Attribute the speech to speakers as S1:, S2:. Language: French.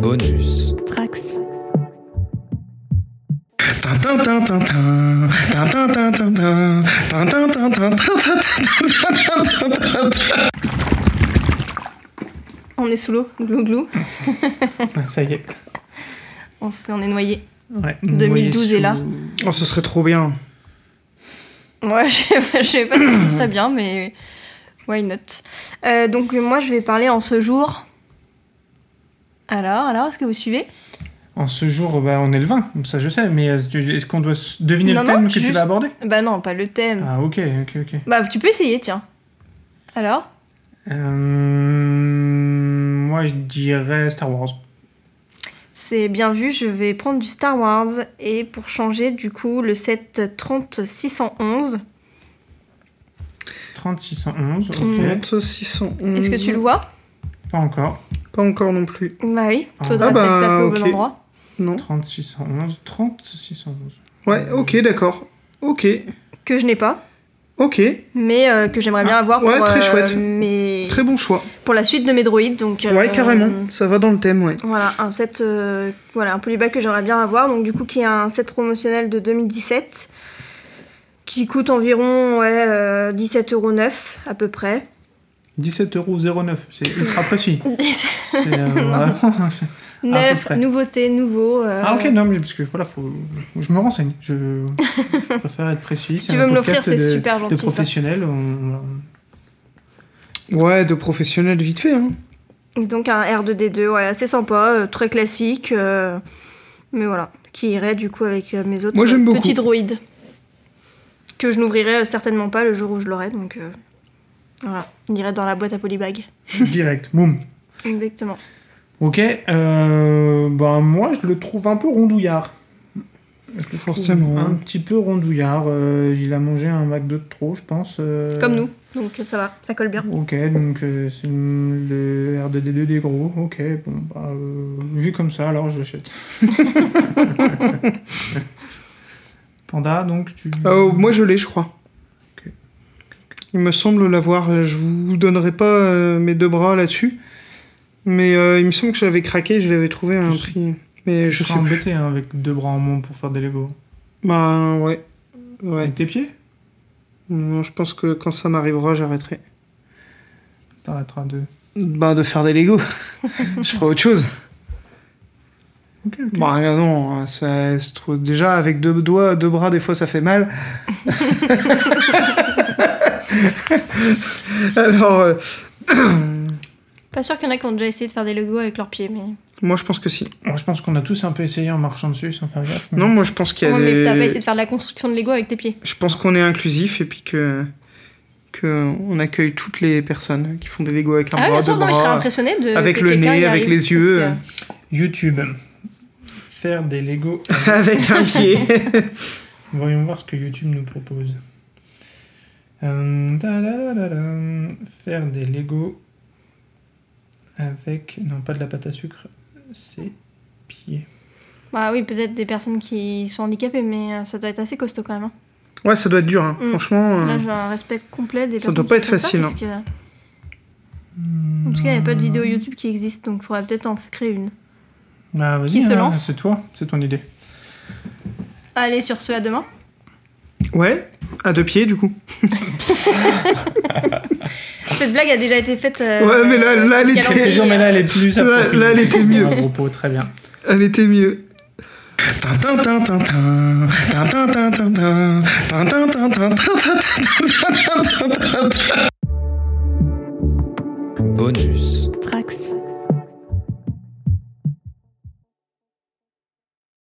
S1: Bonus.
S2: Trax. On est sous l'eau, glou glou.
S3: Ça y est.
S2: On s'est- on est noyé.
S3: Ouais.
S2: 2012 est là.
S4: Oh, ce serait trop bien.
S2: Ouais, je sais pas- je sais pas si ce serait bien, mais why not. Euh, donc moi, je vais parler en ce jour. Alors, alors, est-ce que vous suivez
S3: En ce jour, bah, on est le 20, ça je sais, mais est-ce tu- est-ce qu'on doit s- deviner
S2: Non,
S3: le
S2: non,
S3: thème que tu
S2: juste-
S3: vas aborder
S2: Bah non, pas le thème.
S3: Ah, ok, ok, ok.
S2: Bah, tu peux essayer, tiens. Alors
S3: Euh, moi, je dirais Star Wars.
S2: C'est bien vu, je vais prendre du Star Wars et pour changer, du coup, le 7 30 611.
S3: 3611, ok.
S2: Mm.
S4: 611.
S2: Est-ce que
S3: Mm.
S2: tu le vois
S3: Pas encore.
S4: Hmm, Pas encore non plus.
S2: Bah oui,
S3: Ah.
S2: faudrait
S4: Ah bah,
S2: peut-être taper au bon
S4: ok.
S2: endroit.
S4: Non.
S3: 3611, 3611.
S4: Ouais, ok, d'accord. Ok.
S2: Que je n'ai pas,
S4: Ok.
S2: mais euh, que j'aimerais bien avoir
S4: Ah, ouais,
S2: pour,
S4: très
S2: euh,
S4: chouette.
S2: mes-
S4: Très bon choix.
S2: pour la suite de mes droïdes. Donc,
S4: Ouais,
S2: euh,
S4: carrément. Ça va dans le thème, ouais.
S2: Voilà, un set, euh, voilà, un polybag que j'aimerais bien avoir, donc du coup qui est un set promotionnel de 2017, qui coûte environ ouais, euh, 17,9€ à peu près.
S3: 17,09€, c'est ultra précis. C'est, euh,
S2: Non.
S3: vraiment-
S4: Ah,
S2: Neuf,
S3: près.
S2: nouveauté, nouveau. euh,
S3: Ah ok, non, mais parce que voilà, faut... je me renseigne. Je, je préfère être précis.
S2: Si
S3: C'est
S2: tu
S3: un
S2: veux me l'offrir,
S3: podcast
S2: c'est
S3: de-
S2: super
S3: De
S2: gentil. ça.
S3: professionnels, on- on-
S4: Ouais, de professionnel vite fait, hein.
S2: Donc un R2D2, ouais, assez sympa, euh, très classique, euh, mais voilà, qui irait du coup avec euh, mes autres
S4: Moi, j'aime
S2: euh,
S4: beaucoup.
S2: petits droïdes. Que je n'ouvrirai euh, certainement pas le jour où je l'aurai, donc euh, voilà, il irait dans la boîte à polybag.
S3: direct, boum.
S2: Exactement.
S3: Ok, euh, ben moi je le trouve un peu rondouillard. Je le trouve
S4: Forcément.
S3: Un petit peu rondouillard. euh, il a mangé un McDo de trop, je pense. euh,
S2: Comme nous, donc euh, ça va, ça colle bien.
S3: Ok, donc euh, c'est le R2D2 des gros. Ok, bon, bah, euh, vu comme ça, alors j'achète. Panda, donc tu.
S4: Euh, moi, je l'ai, je crois.
S3: Ok.
S4: Il me semble l'avoir. euh, Je vous donnerai pas euh, mes deux bras là-dessus. Mais euh, il me semble que j'avais craqué, je l'avais trouvé à un
S3: Tu sais-
S4: prix. Mais je
S3: je
S4: sais
S3: suis
S4: plus.
S3: embêté hein, avec deux bras en moins pour faire des Lego.
S4: Bah, ouais. Ouais.
S3: Avec tes pieds
S4: Non, je pense que quand ça m'arrivera, j'arrêterai.
S3: T'arrêteras de.
S4: Bah, de faire des Lego. je ferai autre chose.
S3: Ok, ok.
S4: Bah, euh, non, hein, ça se trouve. Déjà, avec deux doigts, deux bras, des fois, ça fait mal. Alors, euh,
S2: Pas sûr qu'il y en a qui ont déjà essayé de faire des logos avec leurs pieds, mais.
S4: moi, je pense que si.
S3: Moi, je pense qu'on a tous un peu essayé en marchant dessus sans faire gaffe. mais-
S4: Non, moi, je pense qu'il y a
S2: Ouais, mais
S4: des-
S2: t'as pas essayé de faire de la construction de Lego avec tes pieds.
S4: Je pense qu'on est inclusif et puis que qu'on accueille toutes les personnes qui font des Lego avec un
S2: Ah, oui,
S4: bras,
S2: bien
S4: deux
S2: sûr, non, mais je serais
S4: bras.
S2: impressionnée de.
S4: avec
S2: que
S4: le
S2: quelqu'un
S4: nez,
S2: y
S4: avec
S2: arrive,
S4: les
S2: parce
S4: yeux.
S2: que-
S3: YouTube. Faire des Lego.
S4: avec un pied.
S3: Voyons voir ce que YouTube nous propose. Euh, tadadadadam. Faire des Lego avec. Non, pas de la pâte à sucre, c'est pieds.
S2: Bah oui, peut-être des personnes qui sont handicapées, mais euh, ça doit être assez costaud quand même. hein.
S4: ouais, ça doit être dur, hein.
S2: Mm.
S4: franchement. euh,
S2: Là, j'ai un respect complet des
S4: Ça
S2: personnes.
S4: doit pas
S2: qui
S4: être
S2: font ça,
S4: facile, hein.
S2: parce que- En tout cas, il n'y a pas de vidéo YouTube qui existe, donc il faudrait peut-être en créer une.
S3: Bah, vas-y,
S2: Qui se
S3: hein,
S2: lance
S3: C'est toi, c'est ton idée.
S2: Allez, sur ce, à demain.
S4: Ouais, à deux pieds du coup.
S2: Cette blague a déjà été faite. euh,
S4: Ouais, mais là-
S2: euh,
S4: là,
S2: parce
S4: elle
S2: qu'elle en
S4: était-
S2: fait,
S3: Toujours, mais là, elle est plus
S4: Là-
S3: appropriée.
S4: là, elle était mieux.
S3: Un propos, très bien.
S4: Elle était mieux.
S1: Bonus.
S2: Trax.